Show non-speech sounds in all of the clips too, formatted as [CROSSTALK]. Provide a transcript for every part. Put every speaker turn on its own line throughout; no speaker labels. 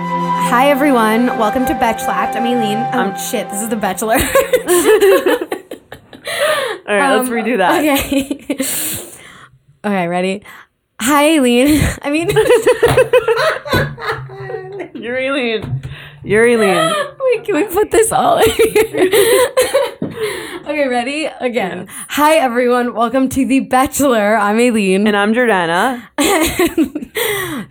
Hi everyone, welcome to Betch Slapped. I'm Aileen. Um, shit, this is The
[LAUGHS]
Bachelor.
All right,
Um,
let's redo that.
[LAUGHS] okay. [LAUGHS] okay, ready? Hi Aileen. [LAUGHS] I mean,
You're Aileen. You're Aileen.
wait, can we put this all in here? [LAUGHS] okay, ready? Again. Hi everyone, welcome to The Bachelor. I'm Aileen.
And I'm Jordana.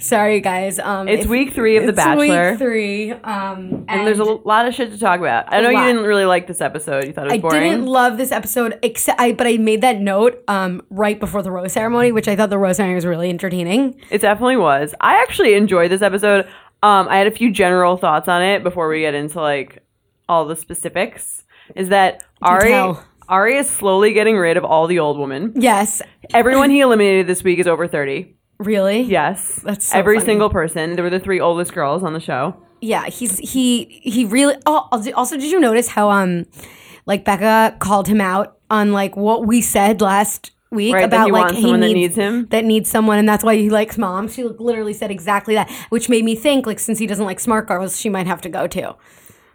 Sorry guys. Um,
It's
if-
week three of The
it's
Bachelor.
Week three. Um, and,
And there's a lot of shit to talk about. I know you
lot.
didn't really like this episode. You thought it was
I
boring.
didn't love this episode, except I. But I made that note um, right before the rose ceremony, which I thought the rose ceremony was really entertaining.
it definitely was. I actually enjoyed this episode. Um, I had a few general thoughts on it before we get into like all the specifics. Is that Ari?
tell.
Ari is slowly getting rid of all the old
[LAUGHS]
women.
Yes,
Everyone he eliminated this week is over thirty.
really.
Yes,
That's so
every
funny.
single person. There were the three oldest girls on the show.
yeah. He's he he really. Oh, also- also, did you notice how um, like Becca called him out on like what we said last week
Right, that
about
he
like
wants
he
someone that
needs,
needs him?
that needs someone, and that's why he likes mom. She literally said exactly that, which made me think like since he doesn't like smart girls, she might have to go too.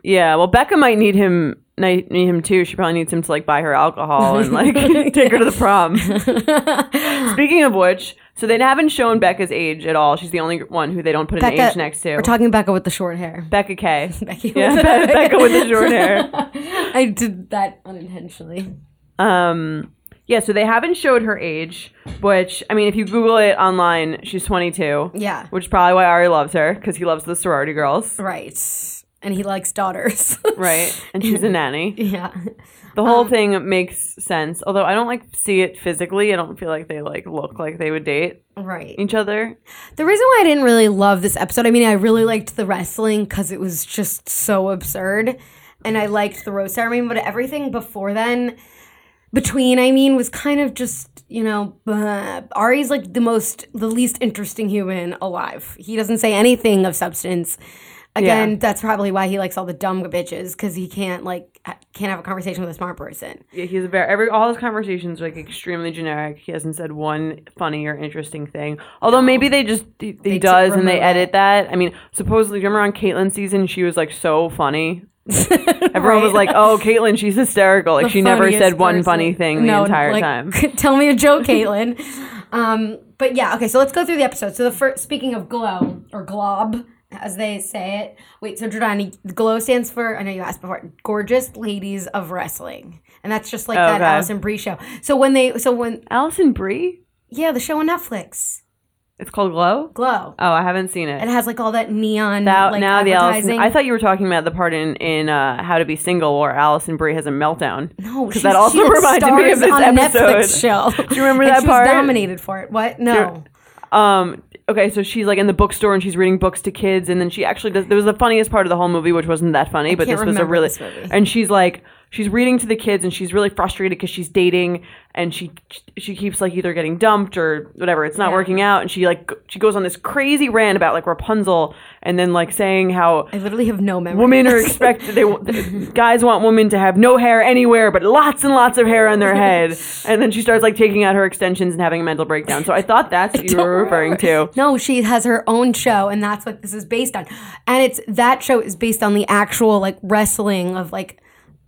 Yeah, well, Becca might need him need need him too. She probably needs him to like buy her alcohol and
[LAUGHS]
like take her to the prom. Speaking of which, so they haven't shown Becca's age at all. She's the only one who they don't put an
Becca-
age next to.
We're talking Becca with the short hair.
Becca
[LAUGHS]
K.
Becky
[LAUGHS] yeah, [LAUGHS]
with
Be- Becca with the short hair.
[LAUGHS] I did that unintentionally.
Um, yeah, so they haven't showed her age, which I mean, if you Google it online, she's 22.
Yeah.
which is probably why Ari loves her because he loves the sorority girls,
Right. And he likes daughters. [LAUGHS]
right? And she's a nanny.
yeah. Um,
The whole thing makes sense, although I don't like see it physically. I don't feel like they like look like they would date
Right.
each other.
The reason why I didn't really love this episode, I mean, I really liked the wrestling because it was just so absurd. And I liked the roast ceremony, but everything before then, between, I mean, was kind of just, you know, blah. Ari's like the most, the least interesting human alive. He doesn't say anything of substance. Again,
Yeah.
that's probably why he likes all the dumb bitches because he can't, like, ha- can't have a conversation with a smart person. [LAUGHS]
Yeah, he's very every all his conversations are like extremely generic. He hasn't said one funny or interesting thing. Although maybe they just he, he does and they
remove
edit that. I mean, supposedly remember on Caitlyn's season she was like so funny. Everyone was
Right.
like, "Oh, Caitlyn, she's hysterical." Like
the
[LAUGHS] she never
funniest
said one
person.
funny thing the
No,
entire
like,
time.
[LAUGHS] tell me a
[LAUGHS]
joke, Caitlin. um, but yeah, okay. So let's go through the episode. So the first, speaking of glow or glob, as they say it. Wait, so Jordani, glow stands for. I know you asked before. Gorgeous ladies of wrestling, and that's just like that
Okay.
Allison Brie show. So when they, so when
Allison Brie?
yeah, the show on Netflix,
It's called Glow.
glow.
Oh, I haven't seen it.
It has like all that neon
Now,
like
now the Allison.
advertising.
I thought you were talking about the part in in uh, How to Be Single where Allison Brie has a meltdown.
no,
because
Oh, she's-
that also
[LAUGHS] she had
reminded me of
stars
this
on
episode.
A Netflix show.
[LAUGHS] Do you remember
and
that
she
part?
Was nominated for it. What? No.
Um. Okay, so she's like in the bookstore and she's reading books to kids, and then she actually does. There was the funniest part of the whole movie, which wasn't that funny, but
can't
this was a
remember
really.
this movie.
And she's like, she's reading to the kids, and she's really frustrated because she's dating, and she she keeps like either getting dumped or whatever. It's not
Yeah.
working out, and she like g- she goes on this crazy rant about like Rapunzel, and then like saying how
I literally have no memory.
women are expected they want- [LAUGHS] guys want women to have no hair anywhere but lots and lots of hair on their head and then she starts like taking out her extensions and having a mental breakdown so i
[LAUGHS]
thought that's what you
don't
were referring to
remember. No, she has her own show, and that's what this is based on. And it's that show is based on the actual like wrestling of like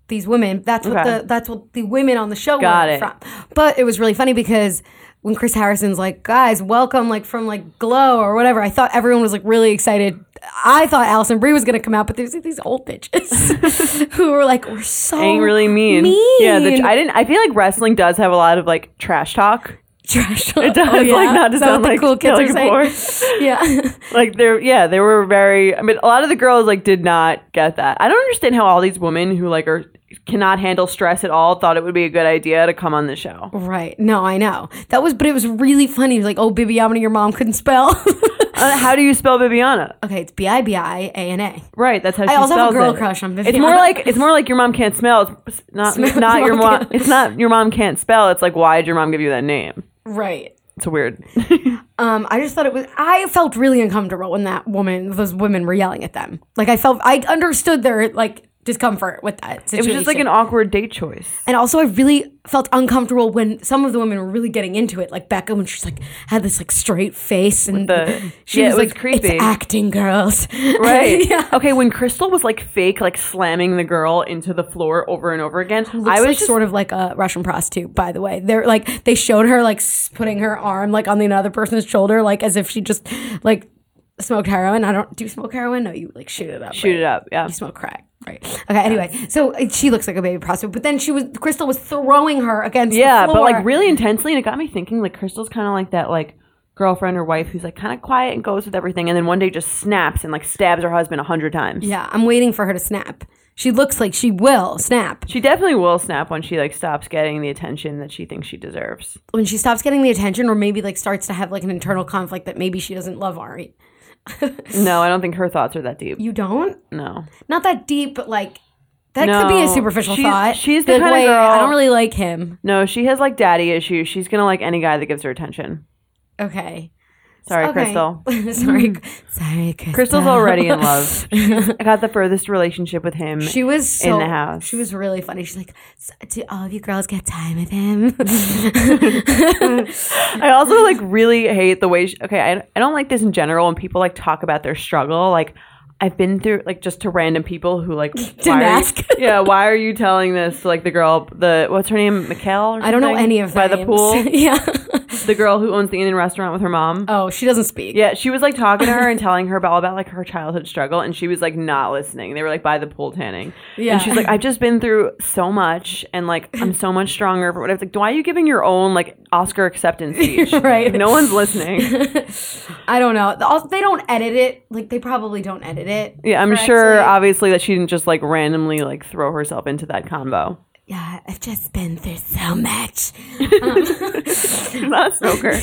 these women. That's what
Okay.
the that's what the women on the show
Got
were
it.
from. But it was really funny because when Chris Harrison's like, guys, welcome, like from like Glow or whatever, I thought everyone was like really excited. I thought Allison Brie was gonna come out, but there's like, these old bitches [LAUGHS] who were like, we're so
Ain't really mean. Yeah, the,
mean.
I didn't. I feel like wrestling does have a lot of like trash talk.
trash. It
does, like, not to
Is that
sound
what the
like
cool kids
Kelly
are saying? [LAUGHS] yeah.
Like they're yeah, they were very. I mean, a lot of the girls like did not get that. I don't understand how all these women who like are cannot handle stress at all thought it would be a good idea to come on the show.
Right. No, I know. That was, but it was really funny. It was like, oh, Bibi Yamini, your mom couldn't spell. [LAUGHS]
Uh, how do you spell Bibiana?
okay, it's B I B I A N A.
Right, that's how she
I also have a
spells
girl
it.
crush on Viviana.
It's more like it's more like your mom can't smell. It's not
Smell- [LAUGHS]
not your
mom
mom.
can't-
It's not your mom can't spell. It's like why did your mom give you that name?
Right. [LAUGHS]
It's weird.
Um, I just thought it was. I felt really uncomfortable when that woman, those women, were yelling at them. Like I felt, I understood their like discomfort with that
It
situation.
was just like an awkward date choice.
And also, I really felt uncomfortable when some of the women were really getting into it, like Becca, when she's like had this like straight face and
the-
she
yeah,
was,
it was
like,
creepy.
"It's acting, girls." [LAUGHS]
Right.
yeah.
Okay, when Crystal was like fake, like slamming the girl into the floor over and over again,
Looks
I was
like
just
sort of like a Russian prostitute, by the way. They're like they showed her like s- putting her arm like on the other person's shoulder, like as if she just like smoked heroin. I don't do you smoke heroin. No, you like shoot it up.
shoot it up. Yeah.
You smoke crack. Right. Okay. Anyway, so uh, she looks like a baby prostitute, but then she was Crystal was throwing her against
Yeah,
the
but
floor.
like really intensely, and it got me thinking. Like Crystal's kind of like that, like girlfriend or wife who's like kind of quiet and goes with everything, and then one day just snaps and like stabs her husband a hundred times.
yeah. I'm waiting for her to snap. She looks like she will snap
She definitely will snap when she like stops getting the attention that she thinks she deserves.
when she stops getting the attention, or maybe like starts to have like an internal conflict that maybe she doesn't love Ari.
No, I don't think her thoughts are that deep.
You don't.
No,
not that deep, but like that could be a
No,
superficial
she's-
thought.
she's the
Like,
kinda
wait, I
girl-
don't really like him.
no, she has like daddy issues. She's gonna like any guy that gives her attention.
Okay.
Sorry,
Okay.
Crystal.
[LAUGHS]
Mm.
sorry. Sorry, Crystal.
Crystal's already in love. [LAUGHS] I got the furthest relationship with
[LAUGHS]
him.
She was so,
the house.
She was really funny. She's like, "S- "Do all of you girls get time with
[LAUGHS]
him?" [LAUGHS]
I also like really hate the way. She, okay, I, I don't like this in general when people like talk about their struggle. Like I've been through like just to random people
[LAUGHS]
who like why are you-
ask.
[LAUGHS] yeah, why are you telling this? to, Like the girl, the what's her name, Mikkel? Or
I don't know
something?
any of
by
their
the
names.
pool.
[LAUGHS]
[LAUGHS]
yeah.
The girl who owns the Indian restaurant with her mom.
Oh, she doesn't speak.
Yeah, she was like talking to her
[LAUGHS]
and telling her about, all about like her childhood struggle, and she was like not listening. They were like by the pool tanning.
Yeah.
And she's like, I've just been through so much, and like I'm so much stronger. But whatever. It's like, why are you giving your own like
[LAUGHS]
Oscar acceptance speech?
Right.
Like, no one's listening.
I don't know. The- also, They don't edit it. Like they probably don't edit it.
Yeah, I'm
correctly.
sure obviously that she didn't just like randomly like throw herself into that convo.
yeah, I've just been through so much.
She's [LAUGHS] not
[LAUGHS]
a smoker.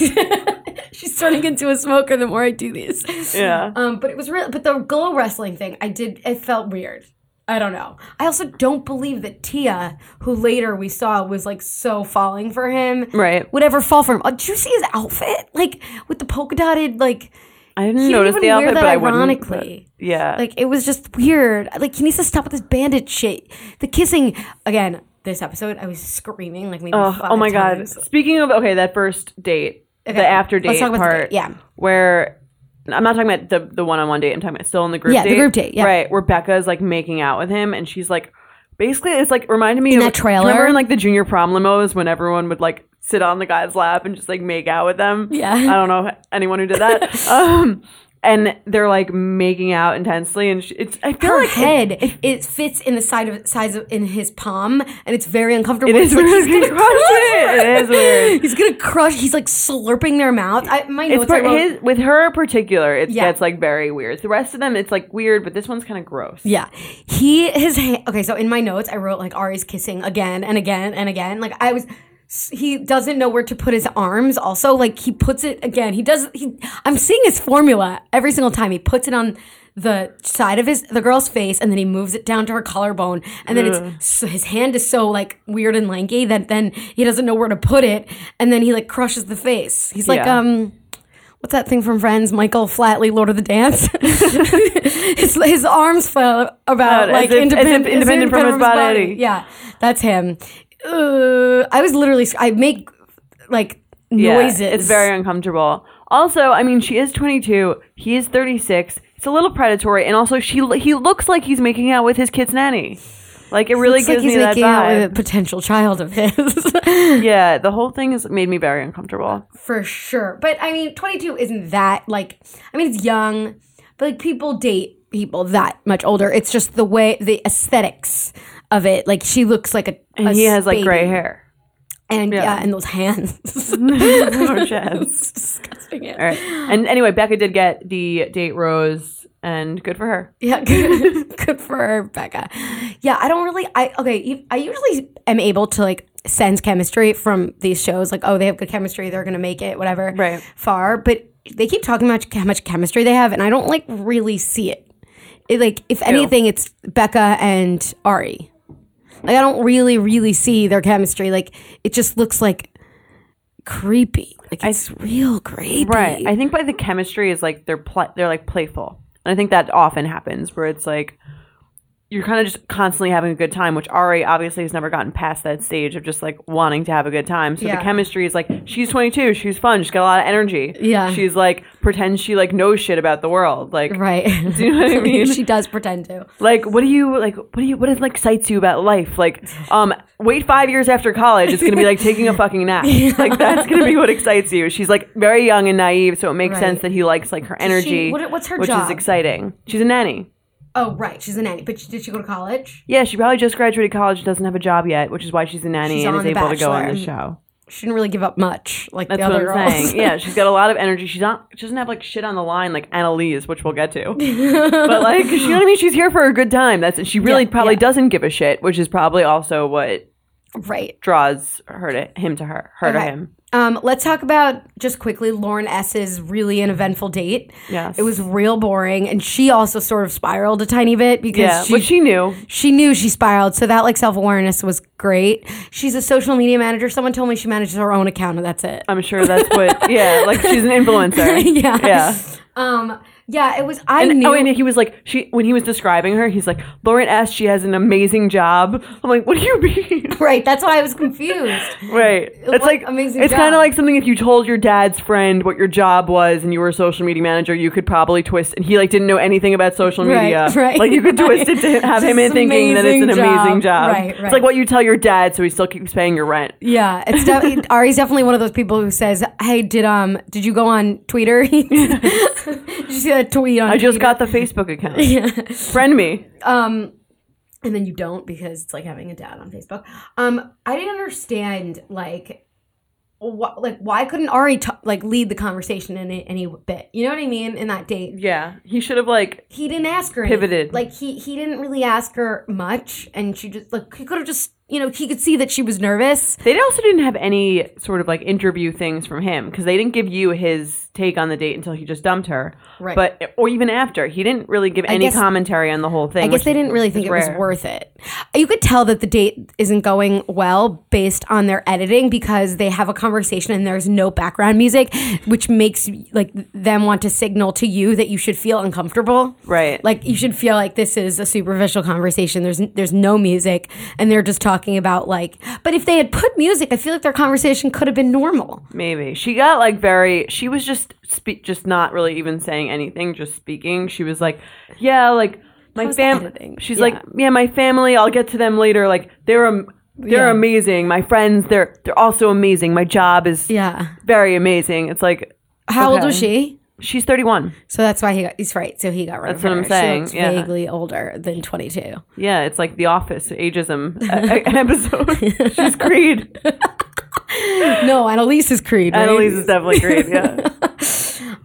She's turning into a smoker the more I do these.
yeah.
Um, but it was real. But the glow wrestling thing, I did. It felt weird. I don't know. I also don't believe that Tia, who later we saw was like so falling for him,
Right.
Would ever fall for him. Uh, did you see his outfit? Like with the polka dotted, like
I didn't
he didn't
notice
even
the
wear
outfit,
that
but I wouldn't. but-
ironically.
yeah.
Like it was just weird. Like he needs to stop with this bandit shit. The kissing again. This episode, I was screaming like maybe.
Ugh,
five
oh my
times.
god. Speaking of okay, that first date,
Okay,
the after date
let's talk about the
part,
date, yeah.
where I'm not talking about the the one on one date. I'm talking about still in the group.
Yeah, the
date,
group date, yeah.
Right, where Becca is like making out with him, and she's like, basically, it's like reminded me in of
that trailer?
Remember in like the junior prom limos when everyone would like sit on the guy's lap and just like make out with them.
Yeah.
I don't know anyone who
[LAUGHS]
did that. um, and they're like making out intensely, and she, it's I feel
her
like
head it, fits in the side of size of in his palm and it's very uncomfortable
It is
It's like,
weird.
he's [LAUGHS] gonna
He crushed it. It is
[LAUGHS]
weird.
he's gonna crush he's like slurping their mouth i my notes
It's per-
I wrote-
his, with her in particular, it
Yeah.
gets like very weird. The rest of them, it's like weird, but this one's kind of gross.
yeah he his ha- okay so in my notes i wrote like ari's kissing again and again and again like i was he doesn't know where to put his arms also like he puts it again he does he i'm seeing his formula every single time he puts it on the side of his the girl's face and then he moves it down to her collarbone and then it's so his hand is so like weird and lanky that then he doesn't know where to put it and then he like crushes the face he's like
Yeah.
um what's that thing from Friends? Michael Flatley, Lord of the Dance. [LAUGHS] his, his arms fell about
Out, Oh, as
like
if- as if
independent, as
independent from his body.
Yeah, that's him. Uh, I was literally sc- I make like
Yeah,
noises.
It's very uncomfortable. Also, I mean, she is 22. He is 36. It's a little predatory, and also she he looks like he's making out with his kid's nanny. Like it really
Looks like
gives
he's
me that
making out with
vibe.
a potential child of his [LAUGHS]
[LAUGHS] Yeah, the whole thing has made me very uncomfortable.
for sure. But I mean, twenty two isn't that like I mean it's young, but like people date people that much older. It's just the way the aesthetics of it. Like she looks like a
And
a
he has like
baby.
gray hair. [LAUGHS]
and yeah,
Yeah.
and those hands. [LAUGHS]
Or chest.
disgusting.
All right. And anyway, Becca did get the date rose, and good for her.
Yeah, good, [LAUGHS] good for her, Becca. Yeah, I don't really. I okay. you- I usually am able to like sense chemistry from these shows. Like, oh, they have good chemistry. They're gonna make it. Whatever.
Right.
Far, but they keep talking about how much chemistry they have, and I don't like really see it. It, like, if anything, it's Becca and Ari. Like, I don't really, really see their chemistry. Like, it just looks like creepy. Like, it's real creepy.
Right. I think by the chemistry is like they're pl- they're like playful. And I think that often happens where it's like you're kind of just constantly having a good time, which Ari obviously has never gotten past that stage of just like wanting to have a good time. So
Yeah.
the chemistry is like she's 22, she's fun, she's got a lot of energy.
Yeah.
she's like pretends she like knows shit about the world.
[LAUGHS]
Like,
Right.
do you know [LAUGHS] what I mean?
she does pretend to.
like, what do you like? What do you what is like excites you about life?
[LAUGHS]
Like, um, wait five years after college, it's gonna be like taking a
[LAUGHS]
fucking nap. Like that's gonna be what excites you. She's like very young and naive, so it makes
Right.
sense that he likes like her energy.
what- what's her
which
job?
is exciting. She's a nanny.
Oh, right. She's a nanny. But she, did she go to college?
Yeah, she probably just graduated college, doesn't have a job yet, which is why she's a nanny
She's
and
on
is
The
able to go on the
Bachelor.
show.
She didn't really give up much like
That's
the other
what I'm
girls. [LAUGHS]
saying. Yeah, she's got a lot of energy. She's not. She doesn't have like shit on the line like Annalise, which we'll
[LAUGHS]
get to. but like, you know what I mean? She's here for a good time. That's she really
Yeah,
probably
yeah.
doesn't give a shit, which is probably also what
Right.
draws her to him to her, her to
Okay.
him.
Um, let's talk about just quickly Lauren S.'s really an eventful date.
Yes,
It was real boring, and she also sort of spiraled a tiny bit because
Yeah,
she,
which she knew.
she knew she spiraled, so that like self awareness was great. She's a social media manager. Someone told me she manages her own account, and that's it.
I'm sure
[LAUGHS]
that's what. yeah, like she's an influencer.
yeah,
Yeah.
Um, yeah, it was. I
And,
knew.
oh, and he was like, she when he was describing her, he's like, Lauren S. She has an amazing job. I'm like, what do you [LAUGHS] mean?
right, that's why I was confused.
Right. It's
What
like
amazing
It's
job.
kind of like something if you told your dad's friend what your job was and you were a social media manager, you could probably twist. And he like didn't know anything about social
Right,
media.
[LAUGHS] right,
Like you could twist
right.
it to have him
Just
in thinking that it's an
amazing job.
amazing job.
Right, right.
It's like what you tell your dad, so he still keeps paying your rent.
Yeah, it's
[LAUGHS]
de- Ari's definitely one of those people who says, "Hey, did um, did you go on Twitter? [LAUGHS] did you see that tweet on?"
I just [LAUGHS] got the Facebook account. Friend me.
[LAUGHS] Um, and then you don't because it's like having a dad on Facebook. Um, I didn't understand like, what like why couldn't Ari t- like lead the conversation in a- any bit? You know what I mean? In that date,
Yeah, he should have like.
he didn't ask her. anything.
Pivoted.
Like he he didn't really ask her much, and she just like he could have just you know he could see that she was nervous.
They also didn't have any sort of like interview things from him because they didn't give you his take on the date until he just dumped her.
Right.
But or even after he didn't really give any
guess-
commentary on the whole thing.
I guess
which
they didn't really think it was
rare.
worth it. You could tell that the date isn't going well based on their editing because they have a conversation and there's no background music, which makes like them want to signal to you that you should feel uncomfortable.
Right.
Like you should feel like this is a superficial conversation. There's there's no music and they're just talking about like but if they had put music, I feel like their conversation could have been normal.
Maybe she got like very. She was just spe- just not really even saying anything, just speaking. She was like, "Yeah, like my
was the
family."
editing?
She's
Yeah.
like, "Yeah, my family. I'll get to them later. Like they're am- they're
Yeah.
amazing. My friends, they're they're also amazing. My job is
Yeah.
very amazing. It's like
How old
Okay.
was she?
she's thirty one.
So that's why he got he's right. So he got rid
That's
of her.
what I'm
She
saying,
looks
yeah.
vaguely older than twenty two.
Yeah, it's like The Office ageism a- a-
[LAUGHS]
episode. she's Creed.
No, Annalise is Creed. Right?
Annalise is definitely Creed.
[LAUGHS]
Yeah,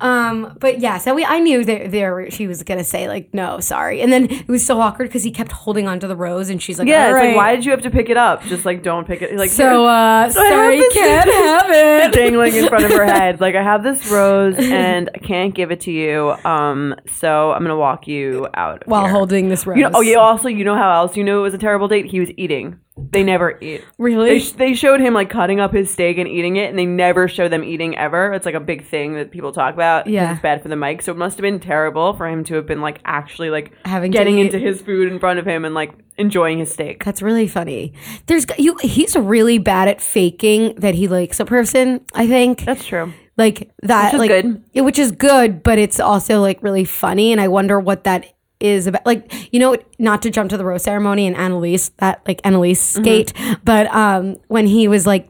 Um, but yeah, so we, I knew that there she was gonna say like no, sorry, and then it was so awkward because he kept holding onto the rose, and she's like,
yeah.
all
It's
right.
like, why did you have to pick it up? Just like don't pick it. Like
So uh,
I
sorry,
have this-
can't have it.
dangling in front of
[LAUGHS]
her head. Like I have this rose and I can't give it to you. Um, so I'm gonna walk you out of
While
here.
holding this rose,
You know, oh yeah. Also, you know how else you knew it was a terrible date? He was eating. They never eat. They,
really?
sh- they showed him like cutting up his steak and eating it, and they never show them eating ever. It's like a big thing that people talk about. 'cause
Yeah.
it's bad for the mic. So it must have been terrible for him to have been like actually like
Having to
getting
eat.
into his food in front of him and like enjoying his steak.
That's really funny. There's you. He's really bad at faking that he likes a person. I think
That's true.
like that,
Which is
like
good.
yeah, which is good, but it's also like really funny, and I wonder what that is about. Like you know, not to jump to the rose ceremony and Annalise that like Annalise
Mm-hmm.
skate, but um, when he was like,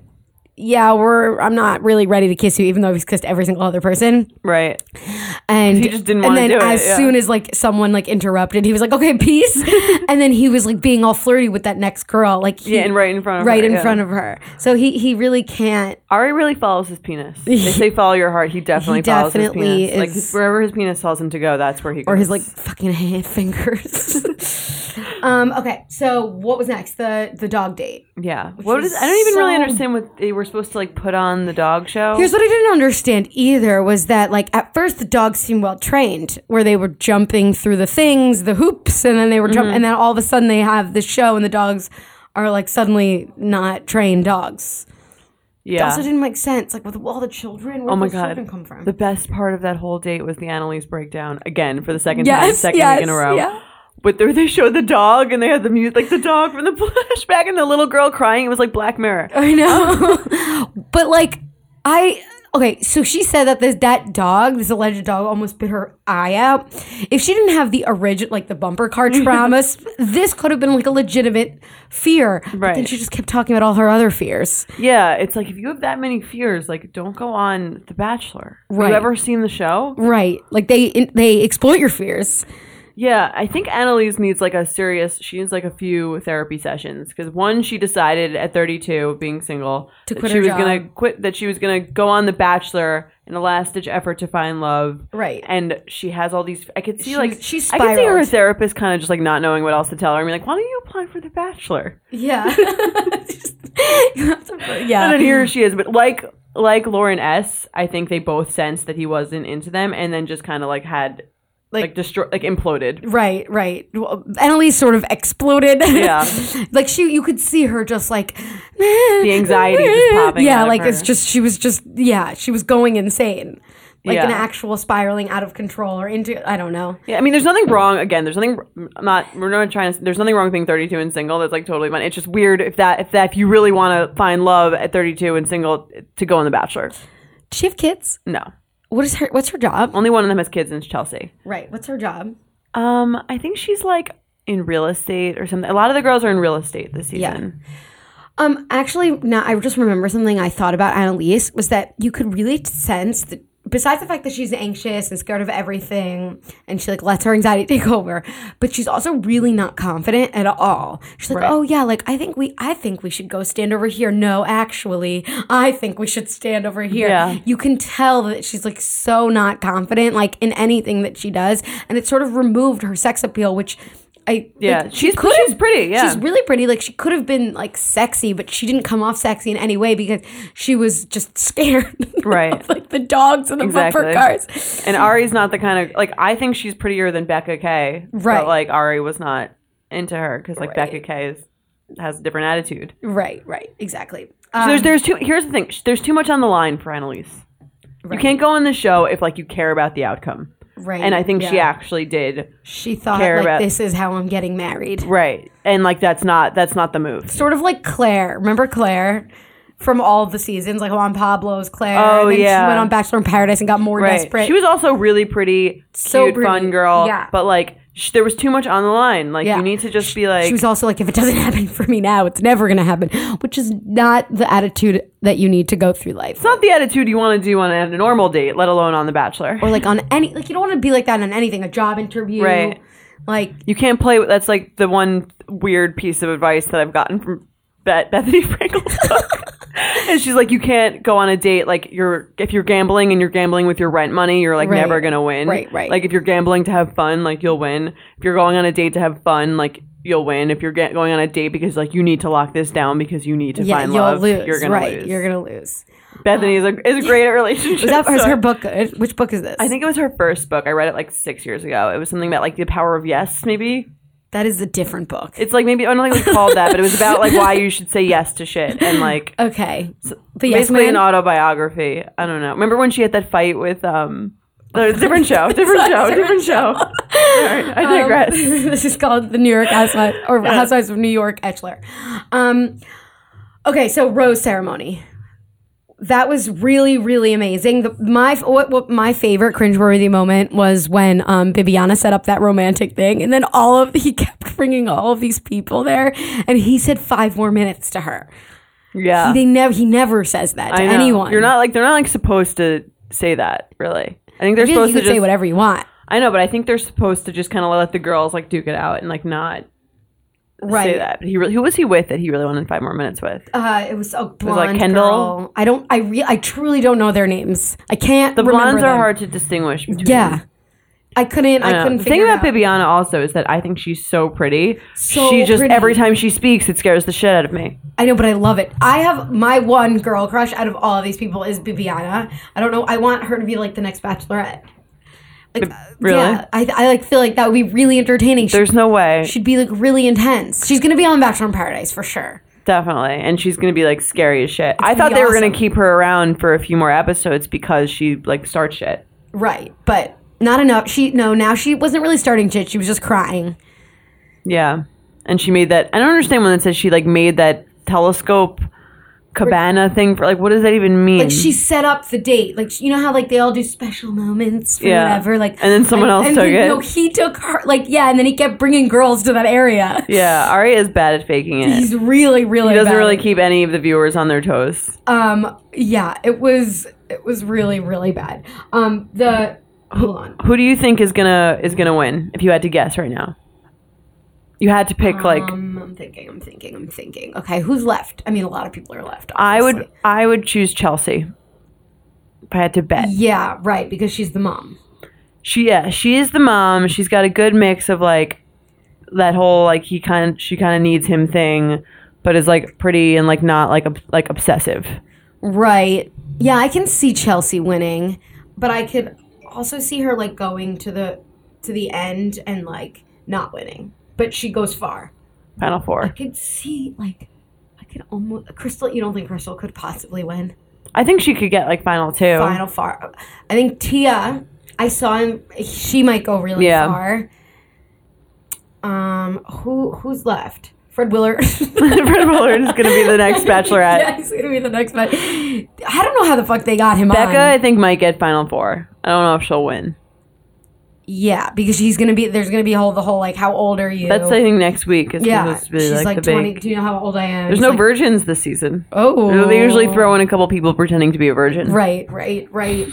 "Yeah, we're I'm not really ready to kiss you," even though he's kissed every single other person,
Right.
and
He just didn't
and
wanna
then
do it,
as
yeah.
soon as like someone like interrupted, he was like, "Okay,
[LAUGHS]
peace," and then he was like being all flirty with that next girl, like he,
Yeah, and right in front of
right
her,
in
yeah.
front of her. So he he really can't.
Ari really follows his penis.
[LAUGHS]
They say follow your heart. He definitely, follows
definitely
his penis. Like
is-
wherever his penis tells him to go, that's where he goes.
or his like fucking [LAUGHS] hand fingers. [LAUGHS] um, okay, so what was next? The the dog date.
yeah. What
is
is? I don't even really
so-
understand what they were supposed to like put on the dog show.
Here's what I didn't understand either was that like at first the dogs seemed well trained, where they were jumping through the things, the hoops, and then they were jumping,
Mm-hmm.
and then all of a sudden they have the show, and the dogs are like suddenly not trained dogs. It
yeah.
also didn't make sense. Like with all the children, where
Oh
did
my
those
god!
children come from?
The best part of that whole date was the Annalise breakdown again for the second time,
Yes,
second
yes,
week in a row.
yeah.
But there they showed the dog and they had the music, like the dog from the [LAUGHS] flashback and the little girl crying. It was like
[LAUGHS]
Black Mirror.
I know. [LAUGHS] but like I okay, so she said that this that dog, this alleged dog, almost bit her eye out. If she didn't have the original like the bumper car [LAUGHS] trauma, s- this could have been like a legitimate fear. But then
Right.
she just kept talking about all her other fears.
Yeah, it's like if you have that many fears, like don't go on The Bachelor. Have
Right.
you ever seen the show?
Right. Like they in- they exploit your fears.
Yeah, I think Annalise needs like a serious. She needs like a few therapy sessions because one, she decided at 32, being single,
To
that
quit
she
her
was
job.
gonna quit. That she was gonna go on The Bachelor in a last ditch effort to find love.
Right.
And she has all these. I could see
She
like
was- she
I could see her
spiraled.
therapist kind of just like not knowing what else to tell her. I mean, like, why don't you apply for The
[LAUGHS]
Bachelor?
Yeah. Just- you have to- yeah.
And then here she is, but like like Lauren S, I think they both sensed that he wasn't into them, and then just kind of like had
Like-
like, destroy
[LAUGHS]
like imploded.
Right, right. Well, Annalise sort of exploded.
Yeah.
[LAUGHS] like she, you could see her just like [LAUGHS]
The anxiety just popping
Yeah,
out of
like it's
her.
just she was just yeah she was going insane, like an
Yeah.
actual spiraling out of control or into I don't know.
Yeah, I mean, there's nothing wrong. Again, there's nothing. I'm not. We're not trying to. There's nothing wrong with being 32 and single. That's like totally fine. It's just weird if that if that if you really want to find love at 32 and single to go on The Bachelor.
Does she have kids?
No,
What is her? What's her job?
only one of them has kids, and it's Chelsea.
Right. What's her job?
Um, I think she's like in real estate or something. A lot of the girls are in real estate this season.
Um, actually, now I just remember something I thought about Annalise was that you could really sense that besides the fact that she's anxious and scared of everything and she like lets her anxiety [LAUGHS] take over, but she's also really not confident at all. She's like,
Right.
"Oh yeah, like I think we I think we should go stand over here. No, actually, I think we should stand over here."
Yeah.
You can tell that she's like so not confident like in anything that she does, and it sort of removed her sex appeal, which I
Yeah,
like,
she's
could
she's pretty. Yeah,
She's really pretty. Like she could have been like sexy, but she didn't come off sexy in any way because she was just scared. [LAUGHS]
Right.
of, like the dogs and the bumper
Exactly.
cars.
And Ari's not the kind of like I think she's prettier than Becca K.
Right.
But like Ari was not into her because like
Right.
Becca K is, has a different attitude.
Right, right, exactly.
So
Um,
there's there's too here's the thing. sh- There's too much on the line for Annalise.
Right.
You can't go on the show if like you care about the outcome.
right,
And I think she
yeah.
actually did.
she thought
care
like
about-
this is how I'm getting married.
Right. And like that's not that's not the move.
Sort of like Claire. Remember Claire from all the seasons, like Juan Pablo's Claire.
Oh,
and then She
yeah.
went on Bachelor in Paradise and got more
Right.
desperate.
She was also really pretty,
So
cute,
pretty.
fun girl.
Yeah.
But like sh- there was too much on the line. Like
Yeah.
you need to just be like
she was also like, if it doesn't [LAUGHS] happen for me now, it's never going to happen, which is not the attitude that you need to go through life.
it's not the attitude you want to do on a normal date, let alone on The Bachelor.
or like on any like you don't want to be like that on anything a job interview
Mm-hmm. Right.
like
You can't play. with That's like the one weird piece of advice that I've gotten from Beth- Bethany [LAUGHS] Frankel's book.
[LAUGHS]
and she's like, you can't go on a date like you're if you're gambling and you're gambling with your rent money, you're like
Right.
never gonna win.
Right, right.
Like if you're gambling to have fun, like you'll win. If you're going on a date to have fun, like you'll win. If you're ga- going on a date because like you need to lock this down because you need to
yeah
find
you'll
love,
lose
you're gonna
right
lose.
you're gonna
[LAUGHS]
lose
Bethany is a is
[LAUGHS]
great at relationships.
is that or is
so-
her book good which book is this
I think it was her first book. I read it like six years ago. It was something about like the power of yes, maybe.
that is a different book
It's like maybe I don't think it was called that, but it was about like why you should say yes to shit and like
okay the Oh, yes
basically
man [LAUGHS]
an autobiography. I don't know. Remember when she had that fight with um? no, it's a different
[LAUGHS]
show, different
Sorry,
show,
different
different show. [LAUGHS] Sorry, I
Um,
digress.
[LAUGHS] this is called the New York Housewives or Housewives of New York Etchler. Um, okay, so rose ceremony. That was really, really amazing. The, my what, what my favorite cringeworthy moment was when um, Bibiana set up that romantic thing, and then all of [LAUGHS] he kept bringing all of these people there, and he said five more minutes to her.
yeah,
They never he never says that to
I know.
anyone.
You're not like they're not like supposed to say that really. I think they're
I feel like
supposed
you could
to just.
say whatever you want,
I know, but I think they're supposed to just kind of let the girls like duke it out and like not
right?
say that. But he really, who was he with that he really wanted five more minutes with?
Uh, it was a blonde
like Kendall?
girl. I don't. I re- I truly don't know their names. I can't.
The
remember
blondes
them.
are hard to distinguish. Between
Yeah, I couldn't. I,
know.
couldn't.
Um, the
figure
thing
it
about
out.
Bibiana also is that I think she's so pretty.
So
she just
pretty.
every time she speaks, it scares the shit out of me.
I know, but I love it. I have my one girl crush out of all of these people is Bibiana. I don't know. I want her to be like the next Bachelorette. Like, uh,
really?
Yeah, I, I like feel like that would be really entertaining. She,
There's no way,
she'd be like really intense. She's gonna be on Bachelor in Paradise for sure.
definitely, and she's gonna be like scary as shit. I thought
be
they were
awesome.
gonna keep her around for a few more episodes because she like starts shit.
Right, but not enough. She no. Now she wasn't really starting shit. She was just crying.
Yeah. And she made that. I don't understand when it says she like made that telescope cabana thing for like what does that even mean?
Like she set up the date. Like you know how like they all do special moments for
Yeah.
whatever. Like
And then someone else
and
took
then,
it.
No, he took her. Like yeah, and then he kept bringing girls to that area.
yeah, Ari is bad at faking it.
He's really, really.
he doesn't
bad.
really keep any of the viewers on their toes.
Um. Yeah. It was. It was really, really bad. Um. The hold on.
Who do you think is gonna is gonna win if you had to guess right now? You had to pick like
Um, I'm thinking. I'm thinking. I'm thinking. Okay, who's left? I mean, a lot of people are left.
I would
obviously.
I would choose Chelsea. If I had to bet.
Yeah. Right. Because she's the mom.
She yeah, she is the mom. She's got a good mix of like that whole like he kind of she kind of needs him thing, but is like pretty and like not like ob- like obsessive.
Right. Yeah, I can see Chelsea winning, but I could also see her like going to the to the end and like not winning. But she goes far.
Final
I
four.
could see like I could almost Crystal. You don't think Crystal could possibly win?
I think she could get like final two. [LAUGHS]
Final far. I think Tia. I saw him. She might go really
Yeah.
far. Um, who who's left? Fred Willard.
Fred Willard is gonna be [LAUGHS] the next
[LAUGHS]
Bachelorette.
yeah, he's gonna be the next. Bat- I don't know how the fuck they got him.
Becca,
on.
I think might get final four. I don't know if she'll win.
Yeah, because he's gonna be there's gonna be a whole the whole like how old are you?
That's I think next week is
yeah,
supposed to be
she's
like,
like,
the
twenty.
big.
Do you know how old I am?
There's
She's
no
like,
virgins this season.
Oh,
They usually throw in a couple people pretending to be a virgin.
Right, right, right.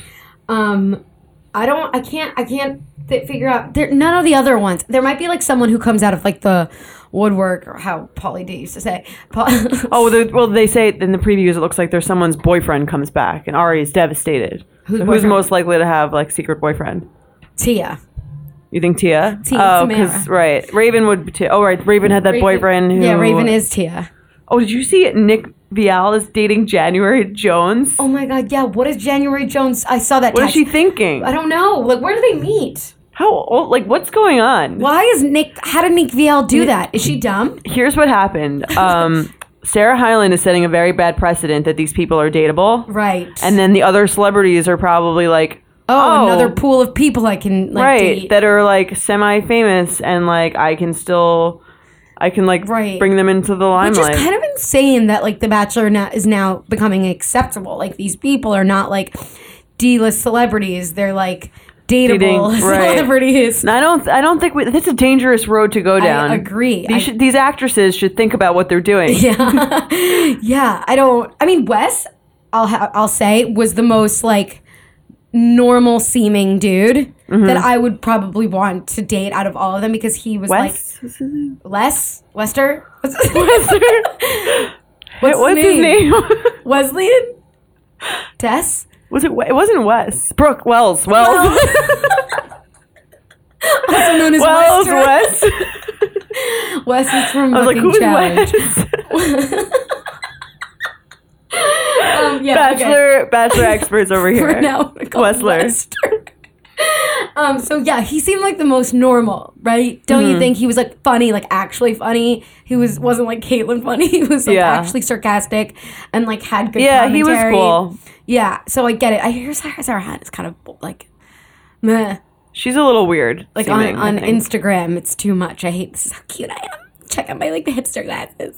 Um, I don't. I can't. I can't th- figure out. There, none of the other ones. There might be like someone who comes out of like the woodwork, or how Polly D used to say. [LAUGHS] Paul-
Oh, the- well, they say in the previews it looks like there's someone's boyfriend comes back, and Ari is devastated.
Whose
So who's
boyfriend?
most likely to have like secret boyfriend?
Tia.
You think Tia?
Tia,
oh,
Samara.
right, Raven would. be Tia. Oh, right, Raven had that boyfriend. Who,
Yeah, Raven is Tia.
Oh, did you see Nick Vial is dating January Jones?
Oh my god. Yeah. What is January Jones? I saw that.
what is
text.
she thinking?
I don't know. Like, where do they meet?
How old? Like, what's going on?
Why is Nick? How did Nick VL do that? Is she dumb?
Here's what happened.
[LAUGHS]
Um, Sarah Hyland is setting a very bad precedent that these people are dateable,
Right.
and then the other celebrities are probably like,
oh, another pool of people I can like
right
date.
that are like semi famous and like I can still I can like
Right.
bring them into the
which
limelight.
is kind of insane that like the bachelor now is now becoming acceptable like these people are not like d-list celebrities they're like dateable
Dating,
[LAUGHS]
right.
celebrities
And I don't I don't think we, that's a dangerous road to go down.
agree.
These,
I-
should, these actresses should think about what they're
[LAUGHS]
doing.
[LAUGHS] yeah yeah i don't i mean wes i'll ha- i'll say was the most like normal seeming dude
Mm-hmm.
that i would probably want to date out of all of them because he was
Wes? What's his name?
like less [LAUGHS] wester
[LAUGHS]
what's, wester what's,
What's his name?
Wesleyan? [LAUGHS] Tess?
[LAUGHS] was it? We- It wasn't Wes. Brooke Wells. Wells.
Also known as
[LAUGHS] Wells.
Wester.
Wes. [LAUGHS]
Wes is from
I was like,
fucking [LAUGHS]
who's
Challenge.
Wes?
[LAUGHS] Um, yeah, okay.
Bachelor.
[LAUGHS]
Bachelor experts over here.
For
[LAUGHS]
now, I'm gonna call him
Wesler.
Wester. um, so yeah, he seemed like the most normal, right? Don't
Mm-hmm.
you think? He was like funny, like actually funny. He was wasn't like Caitlyn funny. [LAUGHS] He was like
Yeah.
actually sarcastic and like had good.
Yeah, he was
commentary.
cool.
Yeah, so I get it. I hear Sarah, Sarah Hunt is kind of like, meh.
She's a little weird.
Like
seeming,
on,
I
on
think.
Instagram, it's too much. I hate this is how cute I am. Check out my like hipster glasses.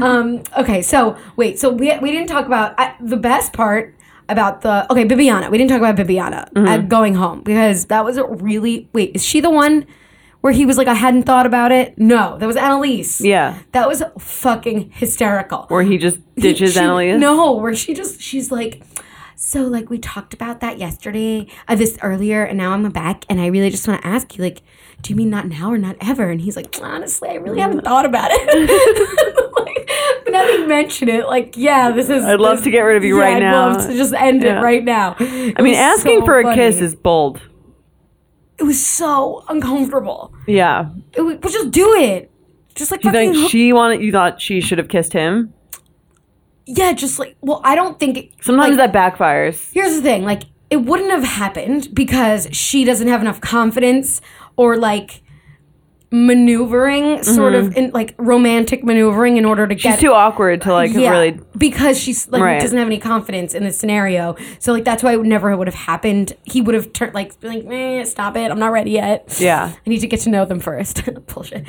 um, okay, so wait, so we, we didn't talk about I, the best part about the okay Bibiana. We didn't talk about Bibiana
Mm-hmm.
at going home because that was a really wait. Is she the one where he was like I hadn't thought about it? No, that was Annalise.
Yeah.
that was fucking hysterical.
Where he just ditches
She-
Annalise.
No, where she just she's like, so like we talked about that yesterday, uh, this earlier, and now I'm back, and I really just want to ask you, like, do you mean not now or not ever? And he's like, honestly, I really haven't thought about it. [LAUGHS] like, but now they mention it, like, yeah, this is.
I'd love
this-
to get rid of you
yeah,
right
I'd
now.
love to just end
Yeah.
it right now.
I mean, asking for a kiss is bold.
It was so uncomfortable.
Yeah.
It was, but just do it. Just like
You
fucking
think she wanted? You thought she should have kissed him?
yeah, just like well, I don't think it, like,
Sometimes that backfires.
here's the thing like it wouldn't have happened because she doesn't have enough confidence or like maneuvering, sort of in like romantic maneuvering in order to
Mm-hmm. She's
get
too awkward to like really.
because she's like
Right.
doesn't have any confidence in this scenario. So like that's why it never would have happened. He would have turned like been like, eh, stop it, I'm not ready yet.
Yeah.
I need to get to know them first. [LAUGHS] Bullshit.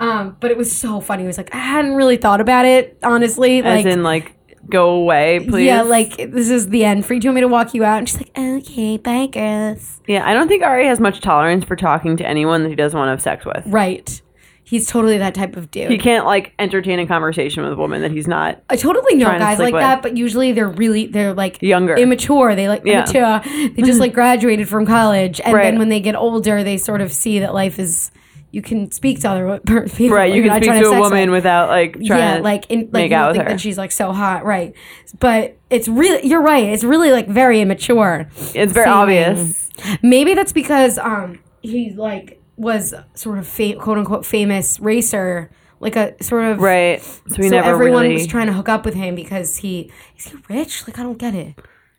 Um, but it was so funny. He was like, I hadn't really thought about it, honestly.
As
like
in like go away, please.
Yeah, like this is the end. Free, do you want me to walk you out? And she's like, Okay, bye girls.
Yeah, I don't think Ari has much tolerance for talking to anyone that he doesn't want to have sex with.
Right. He's totally that type of dude.
He can't like entertain a conversation with a woman that he's not.
I totally know
trying to
guys
sleep
like
with.
that, but usually they're really they're like
Younger.
immature. They like
Yeah.
immature. They [LAUGHS] just like graduated from college, and
Right.
then when they get older, they sort of see that life is you can speak to other wo- [LAUGHS] people.
Right, you
you're
can
not
speak
trying
to a
have sex
woman
with.
without like trying
yeah,
to
like in, like
make
you don't
out with
think
her.
that she's like so hot, right? But it's really you're right. It's really like very immature.
it's very
seeming.
obvious.
Maybe that's because um he like was sort of fa- quote unquote famous racer, like a sort of
Right. So we
so
never
everyone
really
was trying to hook up with him because he is he rich? Like I don't get it.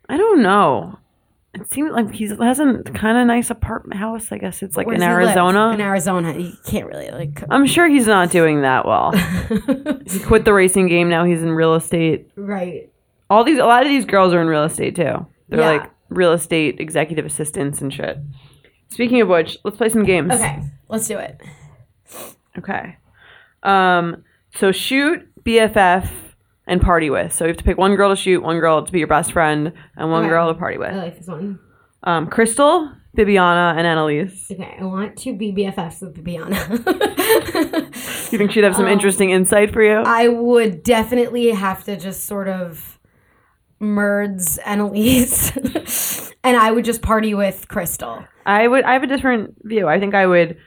I don't know. It seems like he has a kind of nice apartment house, I guess. It's like
Where
in
does he live?
Arizona.
In Arizona, you can't really like. [LAUGHS]
I'm sure he's not doing that well. he quit the racing game. Now he's in real estate.
Right.
All these, a lot of these girls are in real estate too. They're
Yeah.
like real estate executive assistants and shit. Speaking of which, let's play some games.
Okay, let's do it.
Okay. Um. So shoot BFF and party with. So you have to pick one girl to shoot, one girl to be your best friend, and one
Okay.
girl to party
I
with.
like this one.
Um. Crystal, Bibiana, and Annalise.
Okay, I want to be BFFs with Bibiana.
You think she'd have some interesting insight for you?
[LAUGHS] I would definitely have to just sort of merds Annalise, [LAUGHS] and I would just party with Crystal.
I would. I have a different view. I think I would.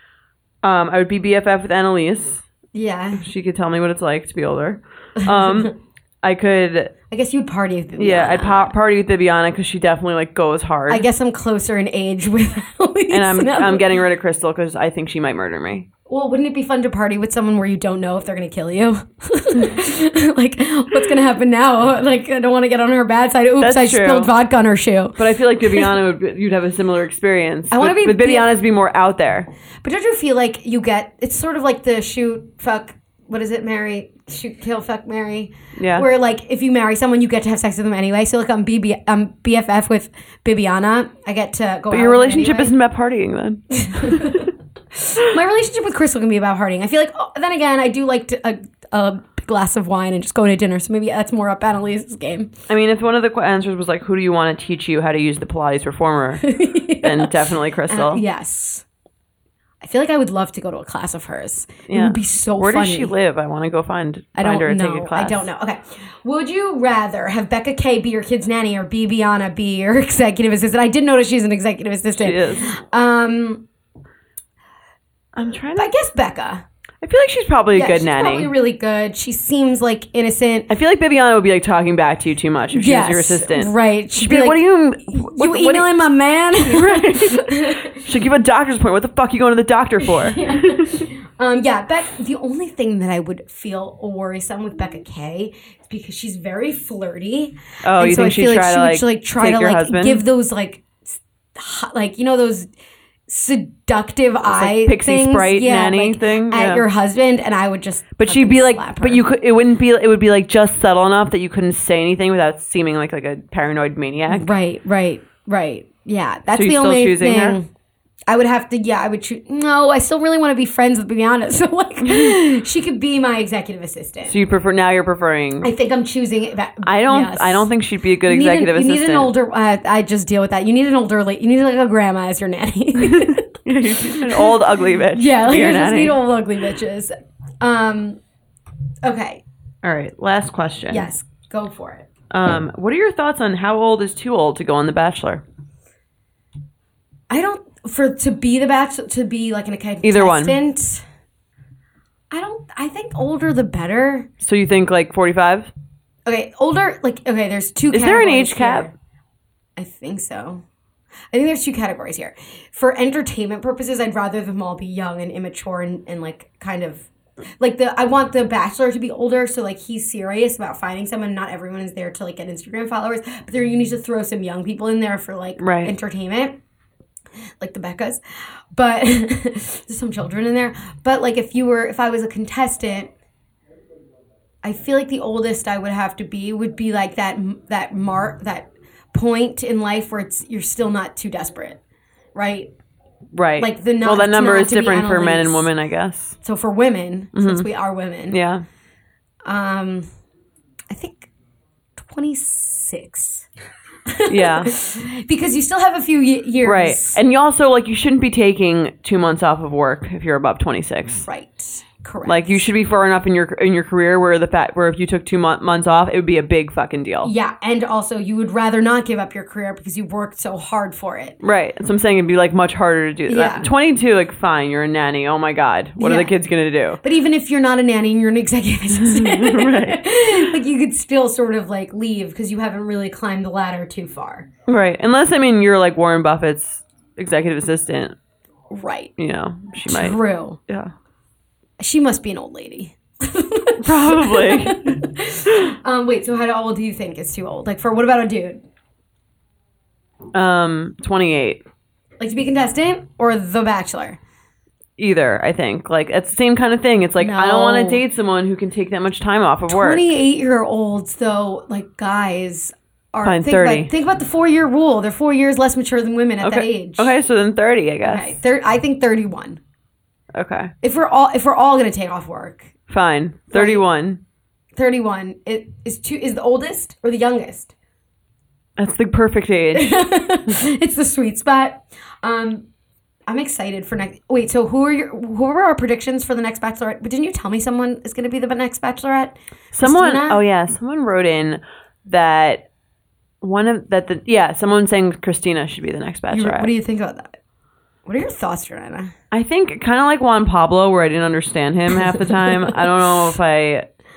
Um, I would be BFF with Annalise.
Yeah,
She could tell me what it's like to be older. [LAUGHS] Um, I could.
I guess you'd party with Bibiana.
Yeah, I'd pa- party with Bibiana because she definitely like goes hard.
I guess I'm closer in age with [LAUGHS] Annalise.
and I'm
now.
I'm getting rid of Crystal because I think she might murder me.
Well, wouldn't it be fun to party with someone where you don't know if they're gonna kill you? [LAUGHS] like, what's gonna happen now? Like, I don't want to get on her bad side. Oops,
That's
I
true.
spilled vodka on her shoe.
But I feel like Bibiana would be- you'd have a similar experience. I
wanna be
But
B-
Bibiana's be more out there.
But don't you feel like you get? It's sort of like the shoot, fuck. What is it, Mary? Shoot, kill, fuck, Mary.
Yeah.
Where like if you marry someone, you get to have sex with them anyway. So like I'm BB, I'm BFF with Bibiana. I get to go. But
Your relationship isn't about partying then. [LAUGHS]
My relationship with Crystal can be about partying. I feel like oh, then again, I do like to, a, a glass of wine and just going to dinner. So maybe that's more up Annalise's game.
I mean, if one of the qu- answers was like, "Who do you want to teach you how to use the Pilates reformer?" [LAUGHS] then definitely Crystal.
Yes. I feel like I would love to go to a class of hers. It
Yeah.
would be so
Where
funny.
does she live? I want to go find,
I
find
don't
her and
know.
take a class.
I don't know. Okay. Would you rather have Becca K be your kid's nanny or Bibiana be your [LAUGHS] executive assistant? I did notice she's an executive assistant.
She is.
Um,
I'm trying
I
to.
guess Becca.
I feel like she's probably a
Yeah,
good
she's
nanny.
Probably really good. She seems like innocent.
I feel like Bibiana would be like talking back to you too much if she was your assistant.
Right. She'd
She'd be like, what are you? What,
You
what,
emailing my
[LAUGHS]
man?
She'd give a doctor's point. What the fuck you going to the doctor
[LAUGHS]
for?
um, yeah, Beck. The only thing that I would feel worrisome with Becca K is because she's very flirty.
Oh, you think she'd
like
try
she
to,
would
like,
like try
take
to
your
like
husband?
give those like s- hot- like you know those seductive eye
Pixie
things?
Sprite nanny
like,
thing?
at
Yeah.
your husband, and I would just.
But she'd
fucking
be like,
slap her.
but you could. It wouldn't be. It would be like just subtle enough that you couldn't say anything without seeming like like a paranoid maniac.
Right, right, right. Yeah, that's
So you're
the
still
only
choosing
thing.
her?
I would have to, yeah, I would choose. No, I still really want to be friends with Bibiana. [LAUGHS] So,
Mm-hmm.
like, she could be my executive assistant.
So you prefer now. You're preferring.
I
I,
think I'm choosing it. That,
don't.
yes.
I don't think she'd be a good
You need an-
executive
You
assistant.
need an older, uh, I just deal with that. You need an older, la- you need like a grandma as your
[LAUGHS]
nanny. [LAUGHS]
An [LAUGHS] old ugly bitch.
yeah,
to
like,
be your
you just
nanny.
need old ugly bitches. Um, okay,
All right. Last question.
yes, go for it.
Um. What are your thoughts on how old is too old to go on The Bachelor?
I don't for to be the bachelor to be like an academy
Either one.
I don't. I think older the better.
So you think like 45?
Okay, older like okay. There's two.
Is there an
categories
age cap?
here. I think so. I think there's two categories here. For entertainment purposes, I'd rather them all be young and immature and, and like kind of like the I want the bachelor to be older, so like he's serious about finding someone. Not everyone is there to like get Instagram followers, but there you need to throw some young people in there for like
Right.
entertainment. like the Beccas, but [LAUGHS] there's some children in there. But like if you were, if I was a contestant, I feel like the oldest I would have to be would be like that that mark that point in life where it's you're still not too desperate, right?
Right.
Like the
well,
not-
that
to
number
not
is
to be
different for men and
analyzed.
women, I guess.
So for women, since we are women, [LAUGHS]
Mm-hmm. Yeah.
um, I think twenty six
Yeah.
because you still have a few ye- years,
right. And you also like you shouldn't be taking two months off of work if you're above 26.
Right. Correct.
Like you should be far enough in your in your career where the fact where if you took two mon- months off, it would be a big fucking deal.
Yeah, and also you would rather not give up your career because you worked so hard for it.
Right. So I'm saying it'd be like much harder to do that.
Yeah.
22, like fine, you're a nanny. Oh my god, what are
Yeah.
the kids gonna do?
[LAUGHS] But even if you're not a nanny and you're an executive assistant, [LAUGHS]
[LAUGHS]
like you could still sort of like leave because you haven't really climbed the ladder too far.
Right. Unless I mean you're like Warren Buffett's executive assistant.
Right.
You know, she might.
True.
Yeah.
She must be an old lady. [LAUGHS]
Probably.
Um, wait, so how old do you think is too old? Like for what about a dude?
um, 28.
Like to be a contestant or the bachelor?
Either I think like it's the same kind of thing. It's like I don't want
No.
to date someone who can take that much time off of work.
Twenty eight year olds though, like guys are
Fine,
think, about-
30.
think about the four year rule. They're four years less mature than women at that age.
Okay, so then 30, I
Okay,
guess.
thir- I think thirty one.
Okay,
if we're all if we're all gonna take off work,
fine. 31.
thirty one it is two is the oldest or the youngest.
That's the perfect
[LAUGHS]
age.
It's the sweet spot. Um, I'm excited for next. Wait, so who are your who are our predictions for the next Bachelorette? But didn't you tell me someone is gonna be the next Bachelorette?
Someone,
Christina?
oh yeah, someone wrote in that one of that the yeah, someone saying Christina should be the next
You-
bachelorette.
What do you think about that? What are your thoughts, Joanna?
I think kind of like Juan Pablo, where I didn't understand him half the time. I don't know if I.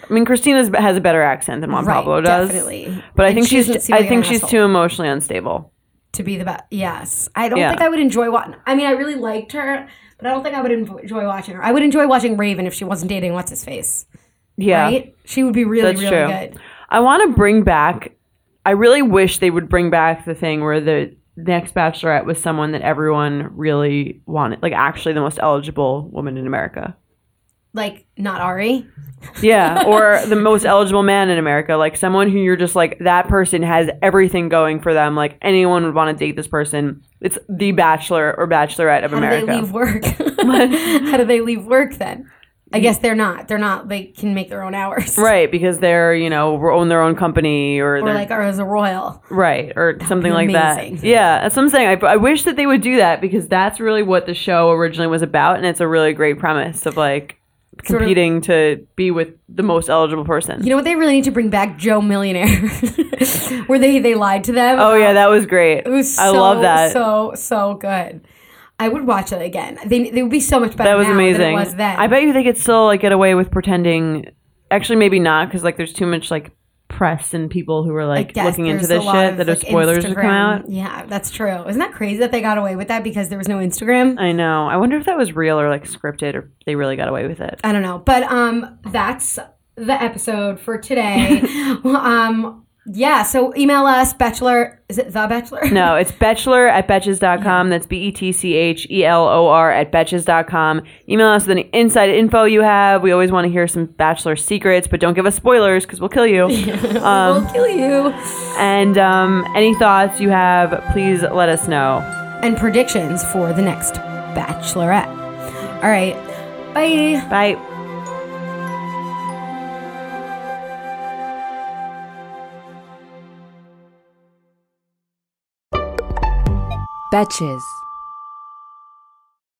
I mean, Christina has a better accent than Juan
Right,
Pablo does.
definitely.
But I
And
think
she
she's.
doesn't seem
I
like
think
an
she's
asshole.
too emotionally unstable.
To be the best, yes. I don't
Yeah.
think I would enjoy watching. I mean, I really liked her, but I don't think I would envo- enjoy watching her. I would enjoy watching Raven if she wasn't dating what's his face,
Yeah,
right? She would be really,
that's
really
true.
good.
I want to bring back. I really wish they would bring back the thing where the next Bachelorette was someone that everyone really wanted, like actually the most eligible woman in America.
Like not Ari. [LAUGHS]
Yeah, or the most eligible man in America, like someone who you're just like that person has everything going for them. Like anyone would want to date this person. It's the Bachelor or Bachelorette of
How do they
America.
leave
[LAUGHS]
work? How do they leave work then? I guess they're not. They're not. They can make their own hours,
Right, because they're you know own their own company or,
Or
they're
like, or as a royal,
Right, or something like that.
amazing.
Yeah, that's what I'm saying. I, I wish that they would do that because that's really what the show originally was about, and it's a really great premise of like
Sort of-
competing to be with the most eligible person.
you know what they really need to bring back? Joe Millionaire, [LAUGHS] where they they lied to them.
oh yeah, that was great.
it was. So,
I love that.
So so good. I would watch it again. They they would be so much better.
that was
now
amazing.
Than it was then.
I bet you they could still like get away with pretending. Actually, maybe not because like there's too much like press and people who are
I
like
guess
looking into
there's
this
a lot
shit
of,
that
like,
if spoilers would come
Instagram-
out.
Yeah, that's true. Isn't that crazy that they got away with that because there was no Instagram?
I know. I wonder if that was real or like scripted or they really got away with it.
I don't know. But um that's the episode for today. Well, um yeah, so email us bachelor is it the bachelor? [LAUGHS]
No, it's Betchlor at Betches.com. That's B E T C H E L O R at Betches.com. Email us with any inside info you have. We always want to hear some Bachelor secrets, but don't give us spoilers because we'll
[LAUGHS]
kill you.
we'll kill you.
and um, any thoughts you have, please let us know.
And predictions for the next bachelorette. All right. Bye.
Bye.
Betches.